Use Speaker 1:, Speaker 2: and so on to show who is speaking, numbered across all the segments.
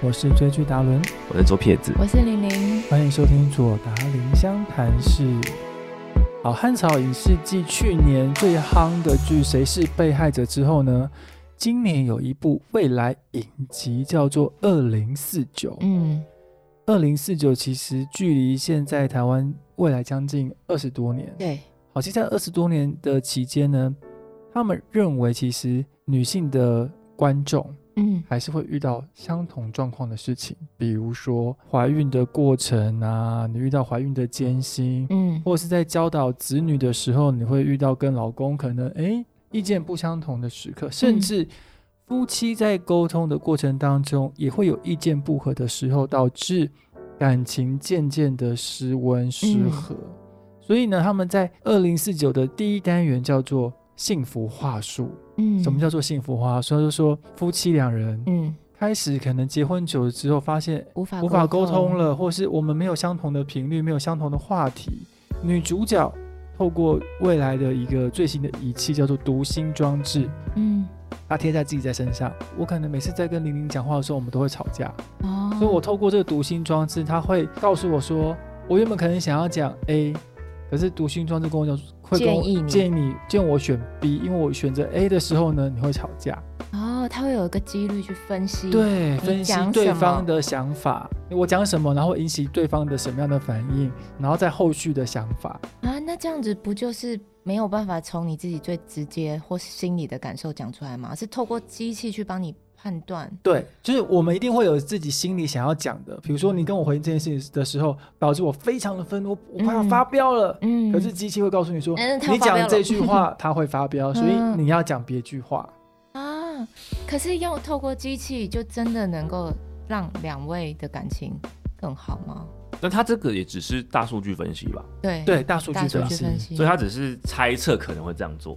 Speaker 1: 我是追剧达伦，
Speaker 2: 我是左撇子，
Speaker 3: 我是玲玲，
Speaker 1: 欢迎收听左达林湘潭市。好，汉朝影视继去年最夯的剧《谁是被害者》之后呢，今年有一部未来影集叫做《二零四九》。
Speaker 3: 嗯，
Speaker 1: 二零四九其实距离现在台湾未来将近二十多年。
Speaker 3: 对，
Speaker 1: 好，其实在二十多年的期间呢，他们认为其实女性的观众
Speaker 3: 嗯
Speaker 1: 还是会遇到相同状况的事情，比如说怀孕的过程啊，你遇到怀孕的艰辛，
Speaker 3: 嗯
Speaker 1: 或是在教导子女的时候，你会遇到跟老公可能诶意见不相同的时刻，甚至夫妻在沟通的过程当中也会有意见不合的时候，导致感情渐渐的失温失和。所以呢，他们在二零四九的第一单元叫做“幸福话术”。
Speaker 3: 嗯，
Speaker 1: 什么叫做幸福话术？就是说夫妻两人
Speaker 3: 嗯
Speaker 1: 开始可能结婚久了之后，发现
Speaker 3: 无法
Speaker 1: 无法沟通
Speaker 3: 通
Speaker 1: 了，或是我们没有相同的频率，没有相同的话题。女主角透过未来的一个最新的仪器叫做读心装置，
Speaker 3: 嗯
Speaker 1: 它贴在自己在身上。我可能每次在跟玲玲讲话的时候，我们都会吵架，
Speaker 3: 哦，
Speaker 1: 所以我透过这个读心装置，它会告诉我说，我原本可能想要讲 A。可是读心装置跟我讲，会跟我
Speaker 3: 建议你
Speaker 1: 建议你建议我选 B，因为我选择 A 的时候呢，你会吵架。
Speaker 3: 哦，他会有一个几率去分析，，
Speaker 1: 对，
Speaker 3: 你
Speaker 1: 分析
Speaker 3: 讲
Speaker 1: 对
Speaker 3: 什
Speaker 1: 方
Speaker 3: 么
Speaker 1: 的想法，我讲什么，然后引起对方的什么样的反应，然后再后续的想法。
Speaker 3: 啊，那这样子不就是没有办法从你自己最直接或是心里的感受讲出来吗？是透过机器去帮你判断，
Speaker 1: 对，就是我们一定会有自己心里想要讲的，比如说你跟我回应这件事情的时候，导致我非常的愤怒，我快要发飙了。
Speaker 3: 嗯，
Speaker 1: 可是机器会告诉你说，
Speaker 3: 嗯它
Speaker 1: 你
Speaker 3: 发飙
Speaker 1: 讲这
Speaker 3: 了
Speaker 1: 句 话它会发飙，所以
Speaker 3: 嗯
Speaker 1: 你要讲别句话。
Speaker 3: 啊，可是要透过机器，就真的能够让两位的感情更好吗？
Speaker 2: 那他这个也只是大数据分析吧，
Speaker 3: 对，
Speaker 1: 对，啊大数
Speaker 3: 大
Speaker 1: 据
Speaker 3: 数
Speaker 1: 分
Speaker 3: 据
Speaker 1: 析。
Speaker 3: 分析
Speaker 2: 所以。他只是猜测可能会这样做。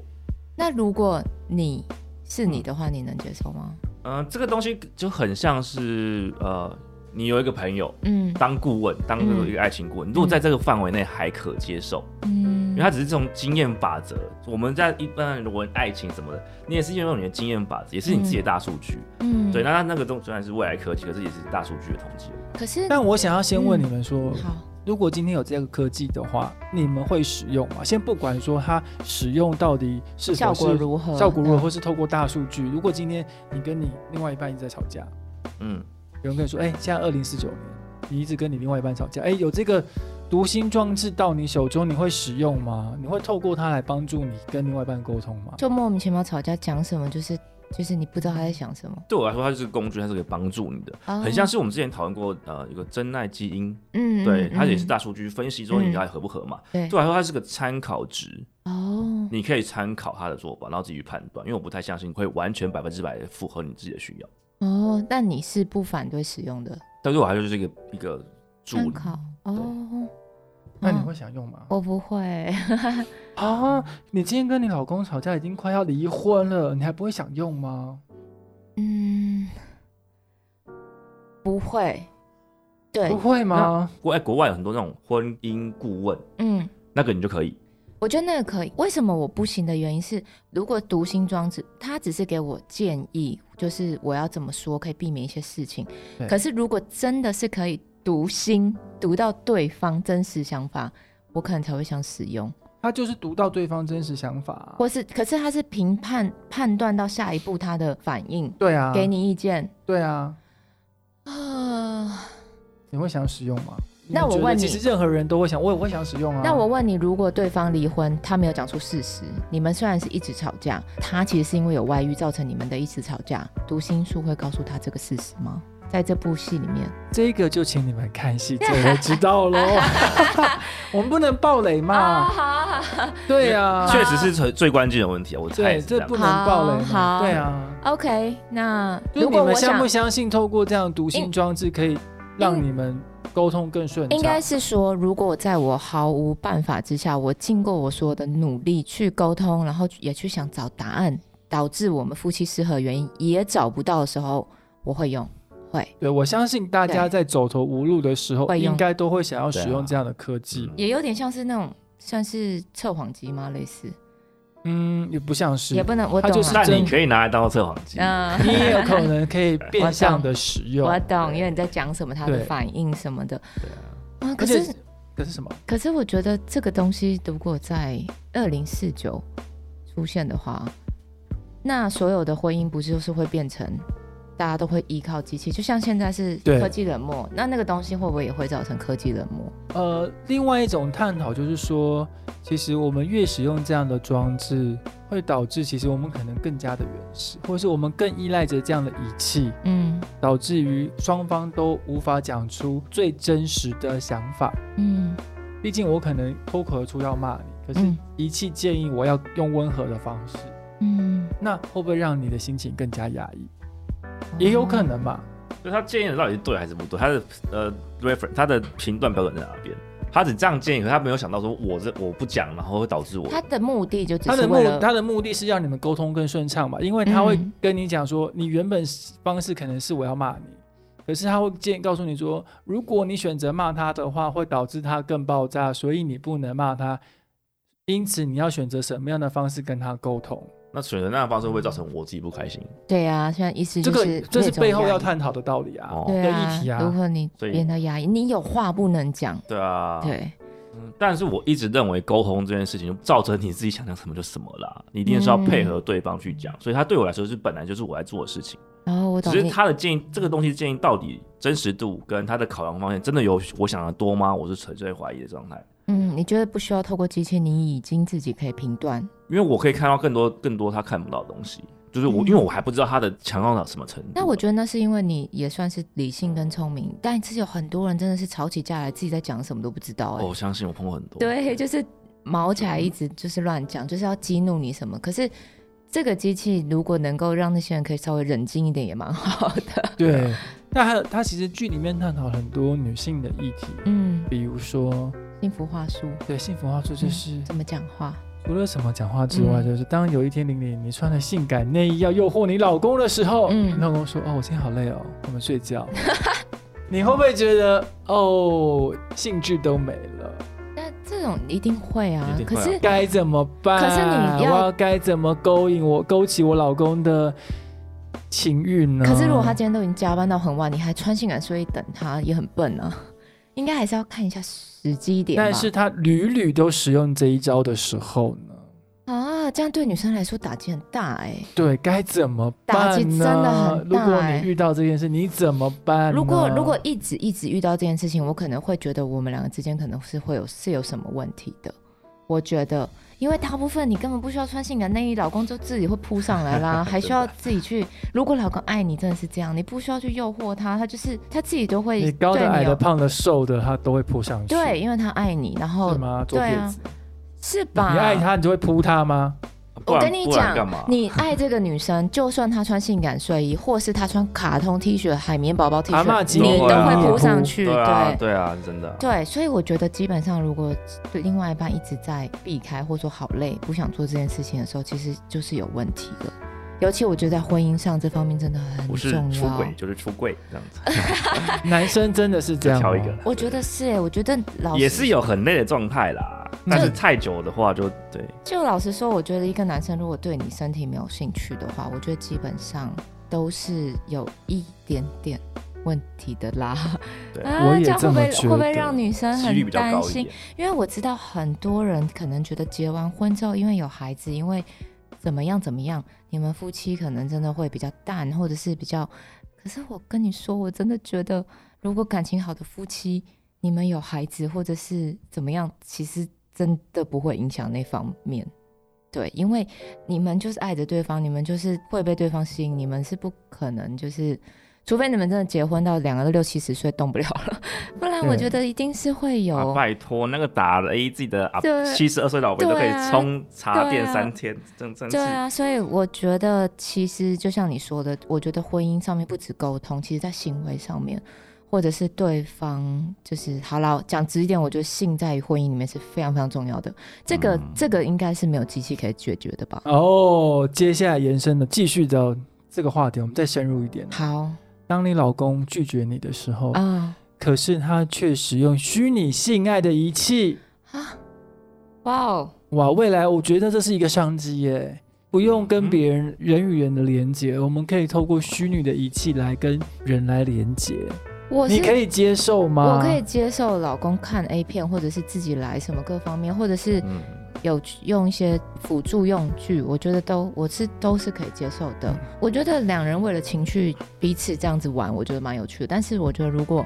Speaker 3: 那如果你是
Speaker 1: 嗯
Speaker 3: 你的话，你能接受吗？
Speaker 2: 嗯、这个东西就很像是呃，你有一个朋友
Speaker 3: 嗯
Speaker 2: 当顾问，当这个一个爱情顾问，如果在这个范围内还可接受，
Speaker 3: 嗯
Speaker 2: 因为他只是这种经验法则。我们在一般人文爱情什么的，你也是用你的经验法则，也是你自己的大数据。
Speaker 3: 嗯
Speaker 2: 对，那他那个东虽然是未来科技，可是也是大数据的统计。
Speaker 3: 可是
Speaker 1: 但我想要先问
Speaker 3: 嗯
Speaker 1: 你们说，
Speaker 3: 好，
Speaker 1: 如果今天有这个科技的话，你们会使用吗？先不管说它使用到底是
Speaker 3: 效
Speaker 1: 否是
Speaker 3: 果如何？
Speaker 1: 效果如何，
Speaker 3: 嗯
Speaker 1: 或是透过大数据。如果今天你跟你另外一半一直在吵架，
Speaker 2: 嗯，
Speaker 1: 有人跟你说，哎、现在二零四九年，你一直跟你另外一半吵架，哎、有这个读心装置到你手中，你会使用吗？你会透过它来帮助你跟另外一半沟通吗？
Speaker 3: 就莫名其妙吵架，讲什么就是就是你不知道他在想什么，
Speaker 2: 对我来说，它就是个工具，它是可以帮助你的。
Speaker 3: 哦
Speaker 2: 很像是我们之前讨论过，呃，有个真爱基因，
Speaker 3: 嗯，
Speaker 2: 对，
Speaker 3: 嗯
Speaker 2: 它也是大数据分析之后
Speaker 3: 嗯
Speaker 2: 你到底合不合嘛。
Speaker 3: 对
Speaker 2: 对我来说，它是个参考值，
Speaker 3: 哦，
Speaker 2: 你可以参考他的做法，然后自己去判断。因为我不太相信你会完全百分之百地符合你自己的需要，
Speaker 3: 哦，但你是不反对使用的
Speaker 2: 但对我来说就是一个一个助
Speaker 3: 参
Speaker 2: 力。
Speaker 3: 考哦。
Speaker 1: 那你
Speaker 3: 哦
Speaker 1: 会想用吗？
Speaker 3: 我不会，
Speaker 1: 啊，你今天跟你老公吵架已经快要离婚了，你还不会想用吗？
Speaker 3: 嗯，不会，对
Speaker 1: 不，会吗？
Speaker 2: 国哎，国外有很多那种婚姻顾问，
Speaker 3: 嗯，
Speaker 2: 那个你就可以。
Speaker 3: 我觉得那个可以。为什么我不行的原因是，如果读心装置，它只是给我建议，就是我要怎么说可以避免一些事情
Speaker 1: 对。
Speaker 3: 可是如果真的是可以读心，读到对方真实想法，我可能才会想使用，
Speaker 1: 他就是读到对方真实想法啊、
Speaker 3: 或是可是它是评判判断到下一步他的反应，
Speaker 1: 对啊，
Speaker 3: 给你意见
Speaker 1: 对啊，
Speaker 3: 啊、
Speaker 1: 你会想使用吗？
Speaker 3: 那我
Speaker 1: 觉得
Speaker 3: 问
Speaker 1: 其
Speaker 3: 你
Speaker 1: 实任何人都会想，我也会想使用啊。
Speaker 3: 那我问你，如果对方离婚，他没有讲出事实，你们虽然是一直吵架，他其实是因为有外遇造成你们的一直吵架，读心术会告诉他这个事实吗？在这部戏里面，
Speaker 1: 这个就请你们看戏就会知道 喽。我们不能暴雷
Speaker 3: 啊
Speaker 1: 嘛？
Speaker 3: 好
Speaker 1: 啊对
Speaker 3: 啊
Speaker 1: 呀，
Speaker 2: 确实是最最关键的问题啊，我猜
Speaker 1: 对，
Speaker 2: 也是这
Speaker 1: 这
Speaker 2: 样
Speaker 1: 不。能暴雷嘛？
Speaker 3: 好
Speaker 1: 对啊，
Speaker 3: ，OK，那
Speaker 1: 就是
Speaker 3: 如
Speaker 1: 你
Speaker 3: 果我
Speaker 1: 们相
Speaker 3: 想
Speaker 1: 不，相信透过这样读心装置可以让你们沟通更顺畅？
Speaker 3: 应该是说，如果在我毫无办法之下，我经过我所有的努力去沟通，然后也去想找答案，导致我们夫妻失和的原因也找不到的时候，我会用，会。
Speaker 1: 对，我相信大家
Speaker 3: 对
Speaker 1: 在走投无路的时候，
Speaker 3: 会用
Speaker 1: 应该都会想要使
Speaker 2: 对
Speaker 1: 用
Speaker 2: 啊
Speaker 1: 这样的科技。
Speaker 3: 也有点像是那种算是测谎机吗？类似，
Speaker 1: 嗯，也不像是
Speaker 3: 也，不能我
Speaker 1: 它
Speaker 3: 懂
Speaker 1: 就是
Speaker 3: 啊
Speaker 2: 但
Speaker 1: 真
Speaker 2: 你可以拿来当测谎机。
Speaker 3: 嗯，
Speaker 1: 你 也有可能可以变相的使用。
Speaker 3: 我懂，因为你在讲什么，他的
Speaker 1: 对
Speaker 3: 反应什么的
Speaker 2: 对啊
Speaker 3: 啊。可
Speaker 1: 而且
Speaker 3: 是，
Speaker 1: 可是什么？
Speaker 3: 可是我觉得这个东西如果在二零四九出现的话，那所有的婚姻不是就是会变成大家都会依靠机器，就像现在是
Speaker 1: 对
Speaker 3: 科技冷漠，那那个东西会不会也会造成科技冷漠？
Speaker 1: 呃，另外一种探讨就是说，其实我们越使用这样的装置，会导致其实我们可能更加的原始，或是我们更依赖着这样的仪器，
Speaker 3: 嗯
Speaker 1: 导致于双方都无法讲出最真实的想法。
Speaker 3: 嗯
Speaker 1: 毕竟我可能脱口而出要骂你，可是
Speaker 3: 嗯
Speaker 1: 仪器建议我要用温和的方式，
Speaker 3: 嗯，
Speaker 1: 那会不会让你的心情更加压抑？也有可能嘛。
Speaker 2: 所以他建议的到底是对还是不对？他的呃 reference，他的评断标准在哪边？他只这样建议，可他没有想到说我这我不讲，然后会导致我
Speaker 3: 他的目的就只
Speaker 1: 他
Speaker 3: 是
Speaker 1: 的
Speaker 3: 为
Speaker 1: 目
Speaker 3: 了
Speaker 1: 他的目的是让你们沟通更顺畅嘛，因为他会
Speaker 3: 嗯
Speaker 1: 跟你讲说，你原本是方式可能是我要骂你，可是他会建告诉你说，如果你选择骂他的话，会导致他更爆炸，所以你不能骂他。因此，你要选择什么样的方式跟他沟通，
Speaker 2: 那选择那样的方式会不会造成我自己不开心。
Speaker 3: 对啊，现在意思
Speaker 1: 这
Speaker 3: 就
Speaker 1: 个
Speaker 3: 是
Speaker 1: 这是
Speaker 3: 那种
Speaker 1: 背后
Speaker 3: 压
Speaker 1: 要
Speaker 3: 抑
Speaker 1: 探讨的道理啊。
Speaker 2: 哦
Speaker 3: 对
Speaker 1: 的
Speaker 3: 啊，
Speaker 1: 议题啊
Speaker 3: 如果你
Speaker 2: 所以
Speaker 3: 变得压抑，你有话不能讲，
Speaker 2: 对啊，
Speaker 3: 对，
Speaker 2: 嗯但是我一直认为沟通这件事情，就照着你自己想讲什么就什么啦，你一定是
Speaker 3: 嗯
Speaker 2: 要配合对方去讲。所以他对我来说是本来就是我在做的事情，
Speaker 3: 然后我
Speaker 2: 只
Speaker 3: 懂
Speaker 2: 是
Speaker 3: 你，
Speaker 2: 他的建议，这个东西建议到底真实度跟他的考量方面，真的有我想的多吗？我是存在怀疑的状态，
Speaker 3: 嗯，你觉得不需要透过机器，你已经自己可以评断，
Speaker 2: 因为我可以看到更多更多他看不到的东西，就是我、
Speaker 3: 嗯
Speaker 2: 因为我还不知道他的强到到什么程度。
Speaker 3: 那我觉得那是因为你也算是理性跟聪明，但是有很多人真的是吵起架来，自己在讲什么都不知道、哎、
Speaker 2: 哦我相信我碰过很多，
Speaker 3: 对，就是毛起来一直就是乱讲，就是要激怒你什么，可是。这个机器如果能够让那些人可以稍微冷静一点，也蛮好的。
Speaker 1: 对，那还有他其实剧里面探讨很多女性的议题，
Speaker 3: 嗯，
Speaker 1: 比如说
Speaker 3: 幸福话术
Speaker 1: 对幸福话术就是。
Speaker 3: 怎么讲话？
Speaker 1: 除了什么讲话之外，
Speaker 3: 嗯
Speaker 1: 就是当有一天玲玲你穿了性感内衣要诱惑你老公的时候，
Speaker 3: 嗯
Speaker 1: 你老公说：“哦，我今天好累哦，我们睡觉。” 你会不会觉得哦，兴致都没了，
Speaker 3: 那这种一定会啊，
Speaker 2: 一定会
Speaker 3: 可
Speaker 2: 啊
Speaker 3: 是
Speaker 1: 该怎么办？
Speaker 3: 可是你要
Speaker 1: 我要该怎么勾引我勾起我老公的情欲呢？
Speaker 3: 可是如果他今天都已经加班到很晚，你还穿性感睡衣等他，也很笨啊。应该还是要看一下时机点吧。
Speaker 1: 但是他屡屡都使用这一招的时候呢，
Speaker 3: 啊，这样对女生来说打击很大哎、
Speaker 1: 对，该怎么
Speaker 3: 打
Speaker 1: 办
Speaker 3: 击
Speaker 1: 呢？
Speaker 3: 真的很
Speaker 1: 如
Speaker 3: 大
Speaker 1: 果
Speaker 3: 欸
Speaker 1: 你遇到这件事，你怎么办呢？
Speaker 3: 如果如果一直一直遇到这件事情，我可能会觉得我们两个之间可能是会有是有什么问题的。我觉得，因为大部分你根本不需要穿性感内衣，老公就自己会扑上来 啦，还需要自己去。如果老公爱你，真的是这样，你不需要去诱惑他，他就是他自己都会
Speaker 1: 你高
Speaker 3: 哎对
Speaker 1: 的、矮
Speaker 3: 有
Speaker 1: 的、胖的、瘦的，他都会扑上去。
Speaker 3: 对，，因为他爱你，然后
Speaker 1: 是吗？左
Speaker 3: 对
Speaker 1: 撇
Speaker 3: 啊
Speaker 1: 子，，
Speaker 3: 是吧？
Speaker 1: 你爱他，你就会扑他吗？
Speaker 2: 不
Speaker 3: 我
Speaker 2: 然
Speaker 3: 跟你
Speaker 2: 不然干
Speaker 3: 讲
Speaker 2: 嘛，？
Speaker 3: 你爱这个女生， 就算她穿性感睡衣，或是她穿卡通 T 恤、海绵宝宝 T
Speaker 1: 阿嬷
Speaker 3: 恤，
Speaker 1: 级
Speaker 3: 你
Speaker 2: 都
Speaker 3: 都
Speaker 2: 会啊
Speaker 3: 会扑上去。
Speaker 2: 对啊，
Speaker 3: 对
Speaker 2: 对啊，是真的啊。
Speaker 3: 对，所以我觉得基本上，如果对另外一半一直在避开，或说好累，不想做这件事情的时候，其实就是有问题的。尤其我觉得在婚姻上这方面真的很
Speaker 2: 不是
Speaker 3: 重
Speaker 2: 出
Speaker 3: 要
Speaker 2: 轨。就是出柜这样子，
Speaker 1: 男生真的是这样吗
Speaker 2: 挑一个。
Speaker 3: 我觉得是哎、我觉得老
Speaker 2: 也
Speaker 3: 实
Speaker 2: 是有很累的状态啦，但是太久的话就对，
Speaker 3: 就老实说，我觉得一个男生如果对你身体没有兴趣的话，我觉得基本上都是有一点点问题的啦。
Speaker 2: 对
Speaker 1: 我
Speaker 3: 啊，
Speaker 1: 也
Speaker 3: 这样会
Speaker 1: 这么
Speaker 3: 不会
Speaker 1: 觉
Speaker 3: 会不
Speaker 1: 得
Speaker 3: 会让女生
Speaker 2: 几率
Speaker 3: 很
Speaker 2: 比较
Speaker 3: 担
Speaker 2: 高一
Speaker 3: 心
Speaker 2: 点？。
Speaker 3: 因为我知道很多人可能觉得结完婚之后，因为有孩子，因为怎么样怎么样，你们夫妻可能真的会比较淡，或者是比较……可是我跟你说，我真的觉得，如果感情好的夫妻，你们有孩子或者是怎么样，其实真的不会影响那方面。对，因为你们就是爱着对方，你们就是会被对方吸引，你们是不可能就是，除非你们真的结婚到两个都六七十岁动不了了， 不然我
Speaker 1: 对
Speaker 3: 觉得一定是会有。
Speaker 2: 啊，拜托，那个打了 A G 的啊
Speaker 3: 对，
Speaker 2: 七十二岁老伯都可
Speaker 3: 对
Speaker 2: 以
Speaker 3: 啊
Speaker 2: 充插
Speaker 3: 对
Speaker 2: 电
Speaker 3: 啊
Speaker 2: 三天，真真是
Speaker 3: 对啊，所以我觉得其实就像你说的，我觉得婚姻上面不止沟通，其实在行为上面，或者是对方就是好了，讲直一点，我觉得性在于婚姻里面是非常非常重要的。这个、
Speaker 2: 嗯
Speaker 3: 这个应该是没有机器可以解决的吧？
Speaker 1: 哦，接下来延伸的，继续的这个话题，我们再深入一点。
Speaker 3: 好
Speaker 1: 当你老公拒绝你的时候，
Speaker 3: 啊
Speaker 1: 可是他却使用虚拟性爱的仪器，
Speaker 3: 啊，哇哦，
Speaker 1: 哇，未来我觉得这是一个商机耶，不用
Speaker 2: 嗯
Speaker 1: 跟别人人与人的连接，我们可以透过虚拟的仪器来跟人来连接。
Speaker 3: 我
Speaker 1: 你
Speaker 3: 是
Speaker 1: 可以接受吗？
Speaker 3: 我可以接受老公看 A 片，或者是自己来什么各方面，或者是
Speaker 2: 嗯，
Speaker 3: 有用一些辅助用具，我觉得都我是都是可以接受的。我觉得两人为了情趣彼此这样子玩，我觉得蛮有趣的。但是我觉得如果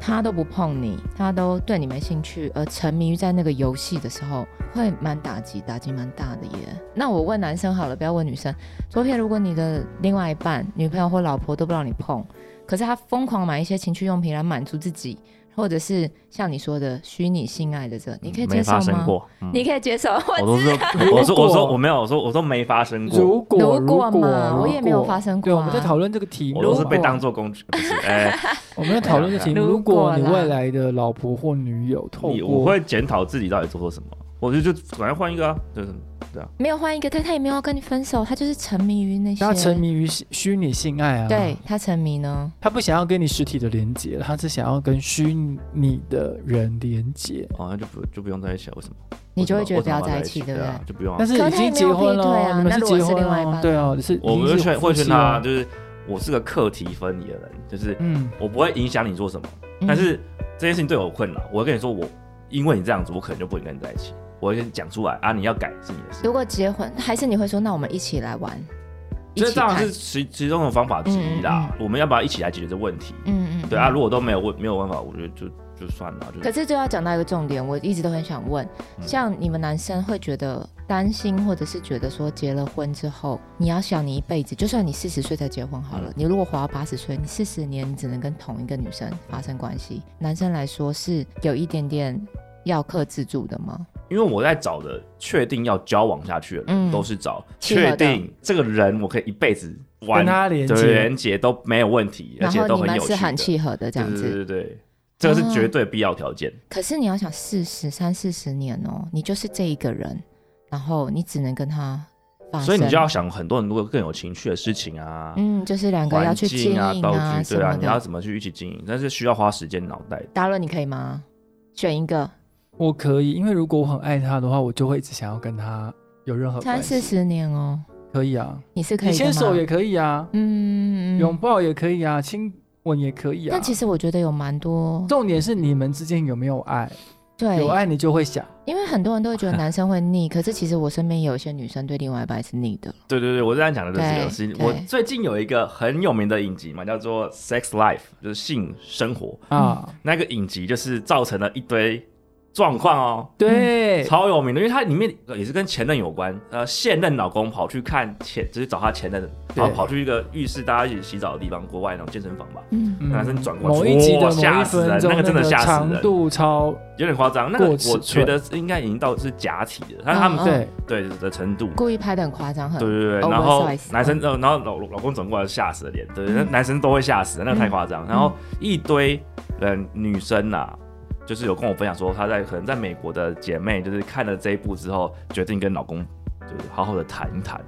Speaker 3: 他都不碰你，他都对你没兴趣，而沉迷于在那个游戏的时候，会蛮打击，打击蛮大的耶。那我问男生好了，不要问女生。昨天如果你的另外一半、女朋友或老婆都不让你碰，可是他疯狂买一些情趣用品来满足自己，或者是像你说的虚拟性爱的这，你可以接
Speaker 2: 没
Speaker 3: 受吗？
Speaker 2: 发生过，嗯
Speaker 3: 你可以接受。
Speaker 2: 我
Speaker 3: 我
Speaker 2: 都说，我说，我说，我没有，我说，我都没发生过，
Speaker 1: 如果
Speaker 3: 如
Speaker 1: 如
Speaker 3: 果
Speaker 1: 果
Speaker 3: 嘛
Speaker 1: 如
Speaker 3: 我也没有发生过
Speaker 1: 对，
Speaker 3: 啊
Speaker 1: 我们在讨论这个题目，
Speaker 2: 我都是被当
Speaker 1: 做
Speaker 2: 做工具，不是，哎，
Speaker 1: 我们在讨论这个题目。
Speaker 3: 如
Speaker 1: 如
Speaker 3: 果
Speaker 1: 果
Speaker 3: 啦
Speaker 1: 你未来的老婆或女友 透
Speaker 2: 你
Speaker 1: 过
Speaker 2: 我会检讨自己到底做错什么，我就就赶快换一个啊，就是
Speaker 3: 没有换一个，但他也没有要跟你分手，他就是沉迷于那些。
Speaker 1: 他沉迷于虚虚拟性爱啊，
Speaker 3: 对，他沉迷呢，
Speaker 1: 他不想要跟你实体的连接，他只想要跟虚拟的人连接。
Speaker 2: 哦，那就不就不用在一起了，为什么？
Speaker 3: 你就会
Speaker 2: 为什
Speaker 3: 觉
Speaker 2: 么
Speaker 3: 得不要
Speaker 2: 为什么在
Speaker 3: 在一起，对
Speaker 2: 对
Speaker 3: 不对
Speaker 2: 啊？？就不用啊。
Speaker 1: 但是
Speaker 3: 可
Speaker 1: 已
Speaker 3: 他也
Speaker 1: 经
Speaker 3: 没
Speaker 1: 结
Speaker 3: 有
Speaker 1: 婚
Speaker 3: 劈腿
Speaker 1: 了，
Speaker 3: 啊
Speaker 1: 你们
Speaker 3: 那如果
Speaker 1: 结
Speaker 3: 是
Speaker 1: 婚
Speaker 3: 另外一
Speaker 1: 了
Speaker 3: 半，
Speaker 1: 对啊，是
Speaker 2: 我
Speaker 1: 已
Speaker 2: 们
Speaker 1: 经
Speaker 2: 会
Speaker 1: 是
Speaker 2: 劝
Speaker 1: 有
Speaker 2: 会
Speaker 1: 夫妻
Speaker 2: 劝他，
Speaker 1: 了
Speaker 2: 就是我是个课题分离的人，就是
Speaker 1: 嗯，
Speaker 2: 我不会影响你做什么，
Speaker 3: 嗯
Speaker 2: 但是这件事情对我有困扰，我会跟你说我，因为你这样子，我可能就不能跟你在一起，我会跟你讲出来啊，你要改是你的事
Speaker 3: 如。果结婚，还是你会说，那我们一起来玩，一
Speaker 2: 这
Speaker 3: 起
Speaker 2: 当然
Speaker 3: 看
Speaker 2: 是。其其中的方法之一啦，
Speaker 3: 嗯
Speaker 2: 我们要不要一起来解决这问题？
Speaker 3: 嗯嗯，
Speaker 2: 对啊，
Speaker 3: 嗯
Speaker 2: 如果都没有问没有办法，我觉得就就算了，就
Speaker 3: 可是就要讲到一个重点，我一直都很想问，
Speaker 2: 嗯
Speaker 3: 像你们男生会觉得担心，或者是觉得说结了婚之后，你要想你一辈子，就算你四十岁才结婚好了，
Speaker 2: 嗯
Speaker 3: 你如果活到八十岁，你四十年你只能跟同一个女生发生关系，男生来说是有一点点要克制住的吗？
Speaker 2: 因为我在找的确定要交往下去的人，
Speaker 3: 嗯
Speaker 2: 都是找
Speaker 3: 契合
Speaker 2: 确
Speaker 3: 的
Speaker 2: 定这个人我可以一辈子玩
Speaker 1: 跟他连
Speaker 2: 对
Speaker 1: 接，
Speaker 2: 连接都没有问题，而
Speaker 3: 然
Speaker 2: 且
Speaker 3: 后
Speaker 2: 都
Speaker 3: 你
Speaker 2: 很
Speaker 3: 们
Speaker 2: 有趣
Speaker 3: 是
Speaker 2: 的。
Speaker 3: 很契合的这样子，
Speaker 2: 对对对对对，这个是绝对必要条件。
Speaker 3: 可是你要想四十三四十年哦，你就是这一个人，然后你只能跟他发生，
Speaker 2: 所以你就要想很多很多更有情趣的事情啊，
Speaker 3: 哦嗯，就是两个要
Speaker 2: 环
Speaker 3: 去经
Speaker 2: 境
Speaker 3: 营
Speaker 2: 啊、道具，
Speaker 3: 什
Speaker 2: 对啊，
Speaker 3: 么
Speaker 2: 你
Speaker 3: 的。
Speaker 2: 要怎么去一起经营，但是需要花时间脑袋的。
Speaker 3: 达伦，你可以吗？选一个，
Speaker 1: 我可以，因为如果我很爱他的话，我就会一直想要跟他有任何
Speaker 3: 三
Speaker 1: 呃关
Speaker 3: 四
Speaker 1: 系。
Speaker 3: 十年哦，
Speaker 1: 可以啊，
Speaker 3: 你是可以
Speaker 1: 你
Speaker 3: 的
Speaker 1: 牵手
Speaker 3: 吗
Speaker 1: 也可以啊，
Speaker 3: 嗯，嗯嗯
Speaker 1: 拥抱也可以啊，亲吻也可以啊。
Speaker 3: 但其实我觉得有蛮多
Speaker 1: 重点是你们之间有没有爱，
Speaker 3: 对
Speaker 1: 有，啊爱你就会想。
Speaker 3: 因为很多人都会觉得男生会腻，可是其实我身边也有一些女生对另外一半是腻
Speaker 1: 嗯
Speaker 3: 的。
Speaker 2: 对对对，我这样讲的就是这
Speaker 3: 对
Speaker 2: 个事情。
Speaker 3: 对
Speaker 2: 我最近有一个很有名的影集嘛，叫做《Sex Life》，就是性生活。
Speaker 3: 嗯
Speaker 1: 啊，
Speaker 2: 那个影集就是造成了一堆状况哦，
Speaker 3: 嗯
Speaker 1: 对，
Speaker 2: 超有名的，因为它里面呃也是跟前任有关，呃，现任老公跑去看前，就是找他前任，然后
Speaker 1: 对
Speaker 2: 跑去一个浴室，大家一起洗澡的地方，国外那种健身房吧，
Speaker 3: 嗯，
Speaker 1: 嗯
Speaker 2: 男生转过来
Speaker 1: 某一集的
Speaker 2: 哇
Speaker 1: 某一
Speaker 2: 吓死人
Speaker 1: 分钟，
Speaker 2: 那个真的吓死人
Speaker 1: 长度超
Speaker 2: 有点夸张。那个
Speaker 1: 过尺寸
Speaker 2: 我觉得应该已经到是假体的，但是他们
Speaker 3: 嗯哦
Speaker 1: 对，
Speaker 2: 对的程度，
Speaker 3: 故意拍的很夸张，很
Speaker 2: 对对对，然后
Speaker 3: oversize
Speaker 2: 男生，呃然后老老公转过来吓死了脸，对，那
Speaker 3: 嗯
Speaker 2: 男生都会吓死，那个太夸张。
Speaker 3: 嗯
Speaker 2: 然后一堆人女生呐、就是有跟我分享说，她在可能在美国的姐妹，就是看了这一部之后，决定跟老公就是好好的谈一谈，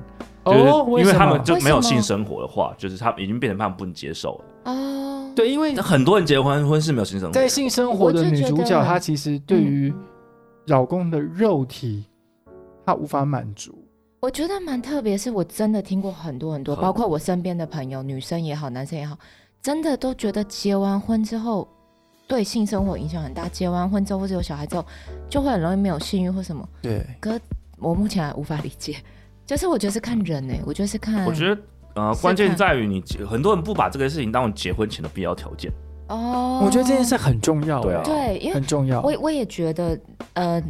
Speaker 2: 嗯就是因为
Speaker 1: 哦什
Speaker 2: 他
Speaker 1: 么
Speaker 2: 们就没有
Speaker 3: 哦为什么
Speaker 2: 性生活的话，就是他们已经变成他们不能接受了。
Speaker 3: 哦，
Speaker 1: 对，因为
Speaker 2: 那很多人结婚婚是没有性生活的，
Speaker 1: 在性生活的女主
Speaker 3: 我就觉
Speaker 1: 角，
Speaker 3: 得嗯
Speaker 1: 她其实对于老公的肉体，她无法满足。
Speaker 3: 我觉得蛮特别，是我真的听过很多很多，
Speaker 2: 好
Speaker 3: 包括我身边的朋友，女生也好，男生也好，真的都觉得结完婚之后对性生活影响很大。结完婚之后或者有小孩之后，就会很容易没有性欲或什么。
Speaker 1: 对，
Speaker 3: 我目前还无法理解， 就是我觉得是看人欸呢、我觉得是看，
Speaker 2: 我觉得。呃，
Speaker 3: 是
Speaker 2: 关键
Speaker 3: 嗯看
Speaker 2: 在于你结很多人不把这个事情当成结婚前的必要条件。
Speaker 3: 哦，
Speaker 1: 我觉得这件事很重要，
Speaker 2: 对啊
Speaker 3: 对，因为
Speaker 1: 很重要。
Speaker 3: 我我也觉得，呃，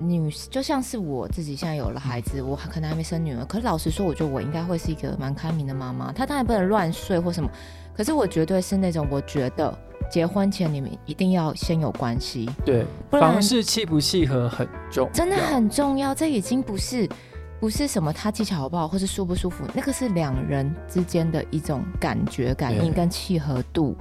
Speaker 3: 女就像是我自己现在有了孩子，我可能还没生女儿，可是老实说，我觉得我应该会是一个蛮开明的妈妈。她当然不能乱睡或什么，可是我绝对是那种我觉得结婚前你们一定要先有关系，
Speaker 1: 对，
Speaker 3: 不然
Speaker 1: 房事契不契合很重要，
Speaker 3: 真的很重要。这已经不是不是什么他技巧好不好，或是舒不舒服，那个是两人之间的一种感觉、感应
Speaker 1: 对
Speaker 3: 跟契合度。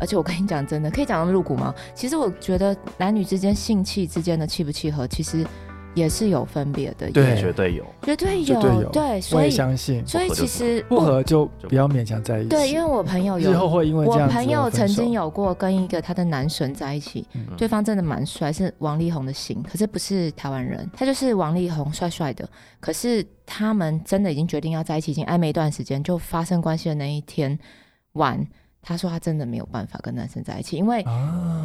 Speaker 3: 而且我跟你讲，真的可以讲到入骨吗？其实我觉得男女之间性气之间的契不契合，其实也是有分别的，
Speaker 1: 对
Speaker 2: 绝对有。
Speaker 3: 绝对
Speaker 1: 绝
Speaker 3: 有，
Speaker 1: 对有，
Speaker 3: 对，所
Speaker 1: 我也
Speaker 3: 以
Speaker 1: 相信
Speaker 3: 所以其实
Speaker 1: 不
Speaker 3: 我
Speaker 1: 合就不要勉强在一起。
Speaker 3: 对，因为我朋友
Speaker 1: 日
Speaker 3: 有
Speaker 1: 后会因为这
Speaker 3: 我
Speaker 1: 样子
Speaker 3: 朋
Speaker 1: 而
Speaker 3: 友
Speaker 1: 分
Speaker 3: 曾
Speaker 1: 手
Speaker 3: 经有过跟一个她的男神在一起，
Speaker 1: 嗯
Speaker 3: 对方真的蛮帅，是王力宏的型，可是不是台湾人，他就是王力宏，帅帅的。可是他们真的已经决定要在一起，已经暧昧一段时间，就发生关系的那一天晚，他说他真的没有办法跟男生在一起，因为
Speaker 1: 啊，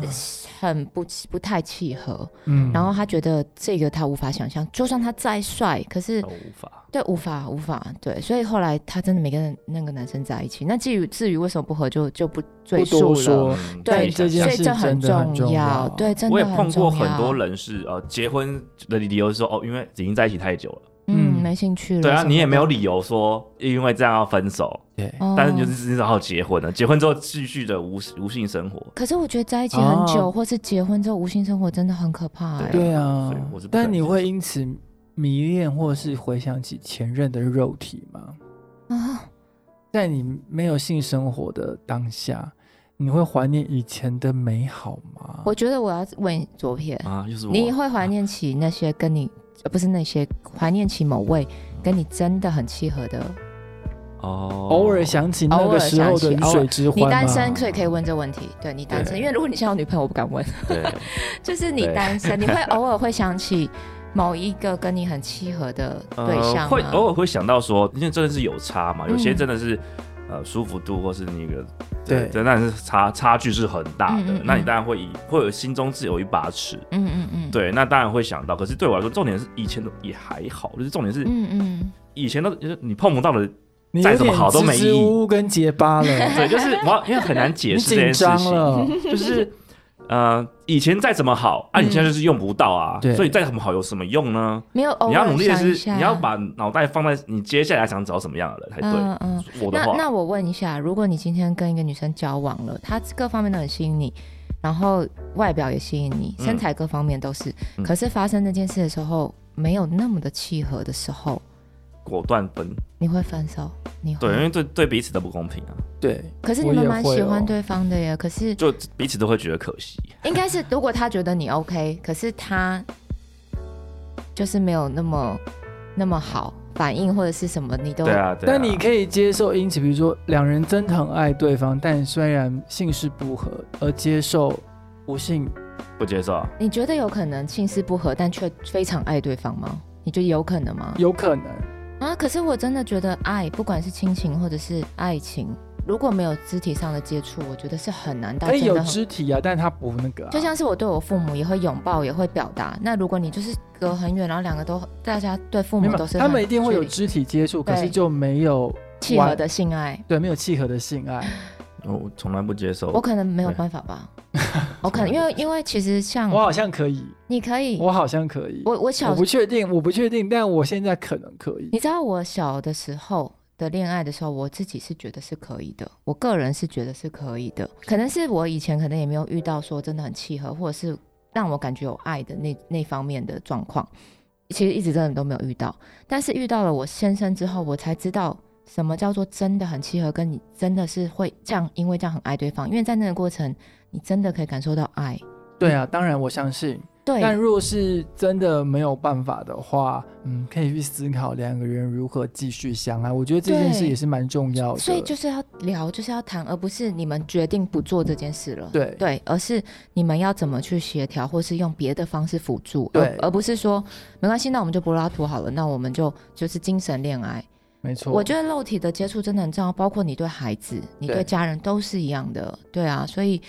Speaker 3: 很不不太契合。
Speaker 1: 嗯
Speaker 3: 嗯然后他觉得这个他无法想象，就算他再帅，可是
Speaker 2: 都无法。
Speaker 3: 对，无法无法，对，所以后来他真的没跟那个男生在一起。那至于至于为什么不合就，就不赘
Speaker 1: 不
Speaker 3: 述
Speaker 1: 多
Speaker 3: 了。
Speaker 1: 说，
Speaker 2: 嗯
Speaker 1: 但
Speaker 3: 对，
Speaker 2: 自
Speaker 1: 这
Speaker 2: 己
Speaker 1: 件
Speaker 2: 想想
Speaker 3: 所
Speaker 1: 事
Speaker 3: 以这很
Speaker 1: 真的很重要
Speaker 3: 要，对，真的
Speaker 2: 我也碰过
Speaker 3: 重
Speaker 2: 很
Speaker 3: 要
Speaker 2: 多，人是呃结婚的理由是说哦，因为已经在一起太久了。
Speaker 3: 嗯，
Speaker 1: 嗯
Speaker 3: 没兴趣了。
Speaker 2: 对啊，
Speaker 3: 什么
Speaker 2: 你也没有
Speaker 3: 的，
Speaker 2: 理由说因为这样要分手，
Speaker 1: 对，
Speaker 3: 哦
Speaker 2: 但是你就是至少结婚了，结婚之后继续的无无性生活。
Speaker 3: 可是我觉得在一起
Speaker 2: 啊
Speaker 3: 很久，
Speaker 1: 哦
Speaker 3: 或是结婚之后无性生活真的很可怕、哎。
Speaker 1: 对啊
Speaker 2: 所以我是，不
Speaker 1: 但
Speaker 2: 敢
Speaker 1: 你
Speaker 2: 接
Speaker 1: 会
Speaker 2: 受
Speaker 1: 因此迷恋或是回想起前任的肉体吗？
Speaker 3: 啊，
Speaker 1: 在你没有性生活的当下，你会怀念以前的美好吗？
Speaker 3: 我觉得我要问左撇，
Speaker 2: 啊，又是我。
Speaker 3: 你会怀念起那些跟你呃不是那些怀念起某位跟你真的很契合的？
Speaker 2: 哦，
Speaker 1: 偶尔想起那
Speaker 3: 偶
Speaker 1: 个
Speaker 3: 尔
Speaker 1: 时候的
Speaker 3: 想起
Speaker 1: 鱼
Speaker 3: 偶尔
Speaker 1: 水之欢
Speaker 3: 你
Speaker 1: 吗
Speaker 3: 单身，所以可以问这问题。对你单身，
Speaker 2: 对
Speaker 3: 因为如果你现在有女朋友，我不敢 问。
Speaker 2: 对，
Speaker 3: 就是你
Speaker 2: 对
Speaker 3: 单身，你会偶尔会想起某一个跟你很契合的对象
Speaker 2: 呃、
Speaker 3: 吗？
Speaker 2: 会偶尔会想到说，因为真的是有差嘛，有些
Speaker 3: 嗯
Speaker 2: 真的是。呃，舒服度或是那个，
Speaker 1: 对
Speaker 2: 真的是差差距是很大的。
Speaker 3: 嗯嗯嗯
Speaker 2: 那你当然会以会有心中自有一把尺，
Speaker 3: 嗯嗯嗯，，
Speaker 2: 对，那当然会想到。可是对我来说，重点是以前都也还好，就是重点是
Speaker 3: 嗯嗯，
Speaker 2: 以前都就是你碰不到 的，
Speaker 1: 你
Speaker 2: 再
Speaker 1: 有
Speaker 2: 怎么
Speaker 1: 点
Speaker 2: 好都
Speaker 1: 支
Speaker 2: 没
Speaker 1: 支
Speaker 2: 意义
Speaker 1: 吾吾跟结巴 了，
Speaker 2: 对，就是我要因为很难解
Speaker 1: 你
Speaker 2: 释这件
Speaker 1: 紧
Speaker 2: 事
Speaker 1: 张
Speaker 2: 情。
Speaker 1: 了，
Speaker 2: 就是呃，以前再怎么好，
Speaker 3: 嗯
Speaker 2: 啊，你现在就是用不到啊，
Speaker 1: 对
Speaker 2: 所以再怎么好有什么用呢？
Speaker 3: 没有偶
Speaker 2: 你
Speaker 3: 尔
Speaker 2: 要努力的
Speaker 3: 想一
Speaker 2: 是，
Speaker 3: 下
Speaker 2: 你要把脑袋放在你接下来想找什么样的人才对。
Speaker 3: 嗯嗯。
Speaker 2: 我的
Speaker 3: 那
Speaker 2: 话，
Speaker 3: 那我问一下，如果你今天跟一个女生交往了，她各方面都很吸引你，然后外表也吸引你，
Speaker 2: 嗯
Speaker 3: 身材各方面都是，
Speaker 2: 嗯
Speaker 3: 可是发生那件事的时候没有那么的契合的时候，
Speaker 2: 果断分，
Speaker 3: 你会分手？你会？
Speaker 2: 对，因为对对彼此都不公平啊，
Speaker 1: 对，
Speaker 3: 可是你们蛮
Speaker 1: 我也
Speaker 3: 喜
Speaker 1: 会哦
Speaker 3: 欢对方的耶，可是
Speaker 2: 就彼此都会觉得可惜。
Speaker 3: 应该是，如果他觉得你 OK，可是他就是没有那么那么好反应或者是什么，你都
Speaker 2: 对啊，对啊。
Speaker 1: 但你可以接受因此，比如说两人真的很爱对方，但虽然性事不合而接受不幸，
Speaker 2: 不接受啊？
Speaker 3: 你觉得有可能性事不合，但却非常爱对方吗？你觉得有可能吗？
Speaker 1: 有可能
Speaker 3: 啊，可是我真的觉得爱，不管是亲情或者是爱情，如果没有肢体上的接触，我觉得是很难到
Speaker 1: 可以
Speaker 3: 真
Speaker 1: 有
Speaker 3: 的很。
Speaker 1: 肢体啊，但他不那个、啊，
Speaker 3: 就像是我对我父母也会拥抱，也会表达。那如果你就是隔很远，然后两个都大家对父
Speaker 1: 没
Speaker 3: 母
Speaker 1: 有
Speaker 3: 都是
Speaker 1: 他
Speaker 3: 很
Speaker 1: 们一定会有
Speaker 3: 距离
Speaker 1: 肢体接触，可是
Speaker 3: 对
Speaker 1: 就没有
Speaker 3: 契合
Speaker 1: 玩
Speaker 3: 的性爱，
Speaker 1: 对没有契合的性爱，
Speaker 2: 我从来不接受。
Speaker 3: 我可能没有
Speaker 2: 对
Speaker 3: 办法吧。我可能因为因为其实像
Speaker 1: 我好像可以，
Speaker 3: 你可以，
Speaker 1: 我好像可以，
Speaker 3: 嗯我我小
Speaker 1: 我不确定，我不确定，但我现在可能可以
Speaker 3: 你，知道我小的时候的恋爱的时候，我自己是觉得是可以的，我个人是觉得是可以的，可能是我以前可能也没有遇到说真的很契合，或者是让我感觉有爱的那那方面的状况，其实一直真的都没有遇到，但是遇到了我先生之后，我才知道。什么叫做真的很契合？跟你真的是会这样，因为这样很爱对方，因为在那个过程，你真的可以感受到爱。
Speaker 1: 对啊，当然我相信，
Speaker 3: 对，
Speaker 1: 但若是真的没有办法的话，嗯，可以去思考两个人如何继续相爱，我觉得这件事
Speaker 3: 对
Speaker 1: 也是蛮重要的，
Speaker 3: 所以就是要聊，就是要谈，而不是你们决定不做这件事了。
Speaker 1: 对
Speaker 3: 而是你们要怎么去协调，或是用别的方式辅助，
Speaker 1: 对
Speaker 3: 而而不是说没关系，那我们就柏拉图好了，那我们就就是精神恋爱。
Speaker 1: 没错，
Speaker 3: 我觉得肉体的接触真的很重要，包括你对孩子、你对
Speaker 1: 对
Speaker 3: 家人都是一样的，对啊，所以。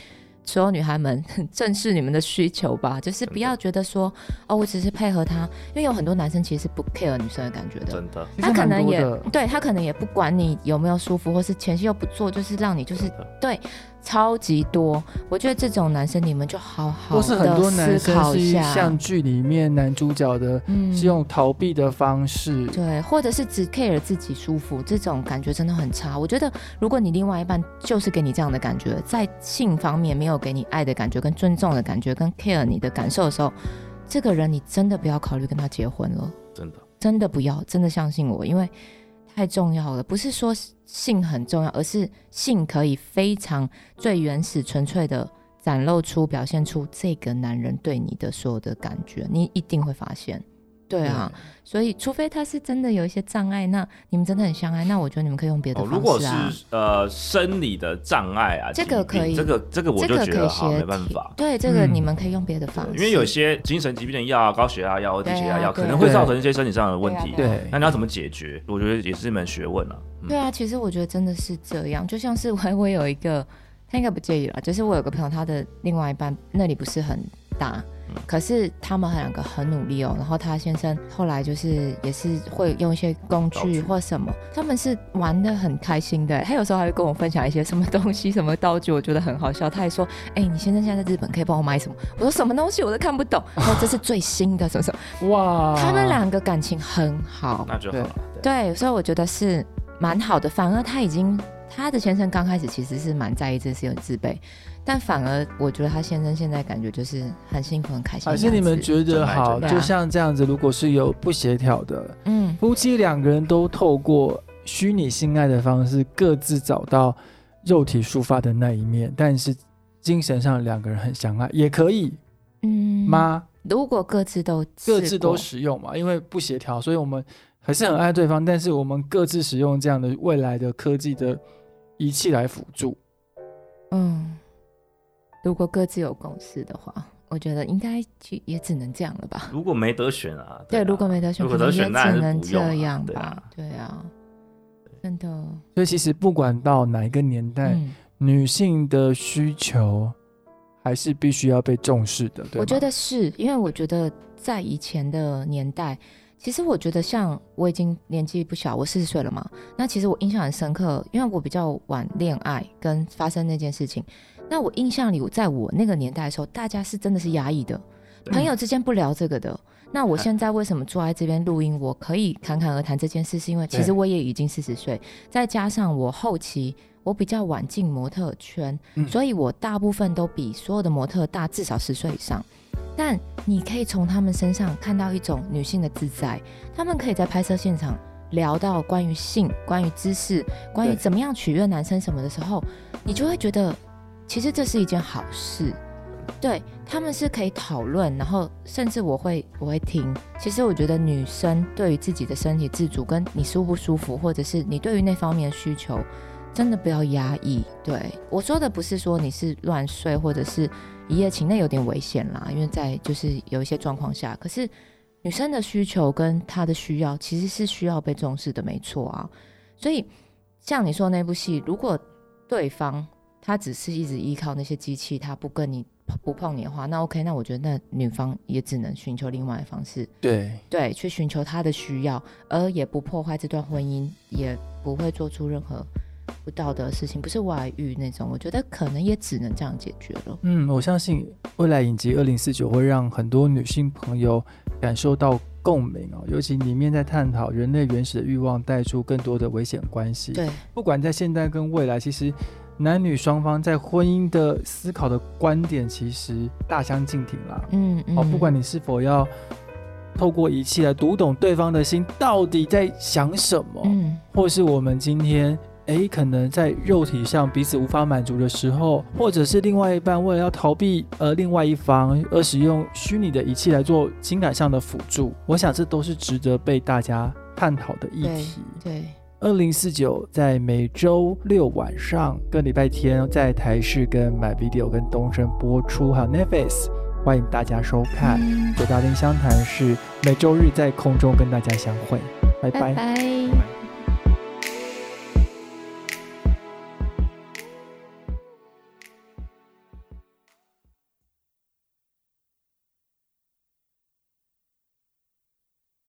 Speaker 3: 所有女孩们，正视你们的需求吧，就是不要觉得说，哦，我只是配合他，因为有很多男生其实是不 care 女生的感觉的，
Speaker 2: 真的，
Speaker 1: 其实
Speaker 3: 他可
Speaker 1: 蛮
Speaker 3: 能
Speaker 1: 多
Speaker 3: 也
Speaker 1: 的
Speaker 3: 对他可能也不管你有没有舒服，或是前戏又不做，就是让你就是
Speaker 2: 真的
Speaker 3: 超级多。我觉得这种男生你们就好好
Speaker 1: 或
Speaker 3: 的
Speaker 1: 是很多男
Speaker 3: 思考
Speaker 1: 生
Speaker 3: 一
Speaker 1: 是
Speaker 3: 下
Speaker 1: 像，剧里面男主角的，
Speaker 3: 嗯
Speaker 1: 是用逃避的方式，
Speaker 3: 对，或者是只 care 自己舒服，这种感觉真的很差。我觉得如果你另外一半就是给你这样的感觉，在性方面没有给你爱的感觉、跟尊重的感觉、跟 care 你的感受的时候，这个人你真的不要考虑跟他结婚了。
Speaker 2: 真的，
Speaker 3: 真的不要，真的相信我，因为太重要了。不是说性很重要，而是性可以非常最原始、纯粹的展露出、表现出这个男人对你的所有的感觉，你一定会发现。对啊，所以除非他是真的有一些障碍，那你们真的很相爱，那我觉得你们可以用别的
Speaker 2: 哦，
Speaker 3: 方式啊。
Speaker 2: 如果是呃生理的障碍啊，
Speaker 3: 这个
Speaker 2: 疾病
Speaker 3: 可以
Speaker 2: 这个这个我
Speaker 3: 这
Speaker 2: 就
Speaker 3: 个
Speaker 2: 觉
Speaker 3: 可以
Speaker 2: 得好
Speaker 3: 协
Speaker 2: 没办
Speaker 3: 调
Speaker 2: 法，，
Speaker 3: 对这个
Speaker 1: 嗯
Speaker 3: 你们可以用别的方式，
Speaker 2: 因为有些精神疾病的药啊、高血压药、低
Speaker 3: 对啊
Speaker 2: 血压药可
Speaker 3: 对啊
Speaker 2: 能会造成一些身体上的问题
Speaker 3: 对啊，
Speaker 1: 对
Speaker 2: 那你要怎么解决？我觉得也是一门学问啊。嗯
Speaker 3: 对啊，其实我觉得真的是这样，就像是我 我有一个，他应该不介意啦，就是我有个朋友，他的另外一半那里不是很大，
Speaker 2: 嗯
Speaker 3: 可是他们两个很努力哦，然后他先生后来就是也是会用一些工
Speaker 2: 道具
Speaker 3: 具或什么，他们是玩的很开心的，欸他有时候还会跟我分享一些什么东西、什么道具，我觉得很好笑，他还说，哎、你先生现在在日本，可以帮我买什么？我说什么东西我都看不懂，哦，这是最新的什么什 么，
Speaker 1: 哇，
Speaker 3: 他们两个感情很好，
Speaker 2: 啊那就好了。对
Speaker 3: 对，所以我觉得是蛮好的。反而他已经，他的先生刚开始其实是蛮在意这是有自卑，但反而我觉得他先生现在感觉就是很幸福、很开心
Speaker 1: 还
Speaker 3: 的样子。
Speaker 1: 是你们觉得好，
Speaker 2: 真的
Speaker 3: 真的
Speaker 1: 就像这样子，如果是有不协调的
Speaker 3: 嗯，
Speaker 1: 夫妻，两个人都透过虚拟性爱的方式，各自找到肉体抒发的那一面，但是精神上两个人很相爱，也可以
Speaker 3: 嗯？
Speaker 1: 吗？
Speaker 3: 如果各自都
Speaker 1: 各
Speaker 3: 试
Speaker 1: 自都
Speaker 3: 过
Speaker 1: 使用嘛，因为不协调，所以我们还是很爱对方，但是我们各自使用这样的未来的科技的仪器来辅助。
Speaker 3: 嗯，如果各自有共识的话，我觉得应该就也只能这样了吧。
Speaker 2: 如果没得选啊，
Speaker 3: 对，
Speaker 2: 啊
Speaker 3: 如果没得选，
Speaker 2: 如果
Speaker 3: 可能
Speaker 2: 得
Speaker 3: 也
Speaker 2: 选那还
Speaker 3: 只
Speaker 2: 是
Speaker 3: 能
Speaker 2: 不用啊
Speaker 3: 这样
Speaker 2: 对
Speaker 3: 吧
Speaker 2: 啊。
Speaker 3: 对啊，真的，
Speaker 1: 所以其实不管到哪一个年代，
Speaker 3: 嗯。
Speaker 1: 女性的需求还是必须要被重视的。对吗
Speaker 3: 我觉得是因为我觉得在以前的年代，其实我觉得像我已经年纪不小，我四十岁了嘛。那其实我印象很深刻，因为我比较晚恋爱跟发生那件事情。那我印象里，我在我那个年代的时候，大家是真的是压抑的，
Speaker 2: 对
Speaker 3: 朋友之间不聊这个的。那我现在为什么坐在这边录音，我可以侃侃而谈这件事，是因为其实
Speaker 1: 对
Speaker 3: 我也已经四十岁，再加上我后期我比较晚进模特圈，
Speaker 1: 嗯
Speaker 3: 所以我大部分都比所有的模特大至少十岁以上。但你可以从他们身上看到一种女性的自在，他们可以在拍摄现场聊到关于性、关于知识、关于
Speaker 1: 对
Speaker 3: 怎么样取悦男生什么的时候，你就会觉得其实这是一件好事。对他们是可以讨论，然后甚至我会我会听。其实我觉得女生对于自己的身体自主，跟你舒不舒服，或者是你对于那方面的需求，真的不要压抑。对我说的不是说你是乱睡或者是一夜情，那有点危险啦，因为在就是有一些状况下，可是女生的需求跟她的需要其实是需要被重视的，没错啊。所以像你说那部戏，如果对方他只是一直依靠那些机器，他不跟你不碰你的话，那 OK，那我觉得那女方也只能寻求另外的方式
Speaker 1: 对，
Speaker 3: 对，去寻求他的需要，而也不破坏这段婚姻，也不会做出任何不道德的事情，不是外遇那种。我觉得可能也只能这样解决了。
Speaker 1: 嗯，我相信未来影集二零四九会让很多女性朋友感受到共鸣哦，尤其里面在探讨人类原始的欲望带出更多的危险关系。
Speaker 3: 对，
Speaker 1: 不管在现代跟未来，其实男女双方在婚姻的思考的观点其实大相径庭啦。
Speaker 3: 嗯嗯，
Speaker 1: 哦，不管你是否要透过仪器来读懂对方的心到底在想什么，
Speaker 3: 嗯
Speaker 1: 或是我们今天。诶，可能在肉体上彼此无法满足的时候，或者是另外一半为了要逃避呃另外一方而使用虚拟的仪器来做情感上的辅助，我想这都是值得被大家探讨的议
Speaker 3: 对
Speaker 1: 题。
Speaker 3: 嗯对，
Speaker 1: 二零四九在每周六晚上跟礼拜天在台视跟 My Video 跟东升播出，还有 Netflix，欢迎大家收看。
Speaker 3: 嗯
Speaker 1: 九大林湘潭是每周日在空中跟大家相会，拜
Speaker 3: 拜拜。
Speaker 2: 拜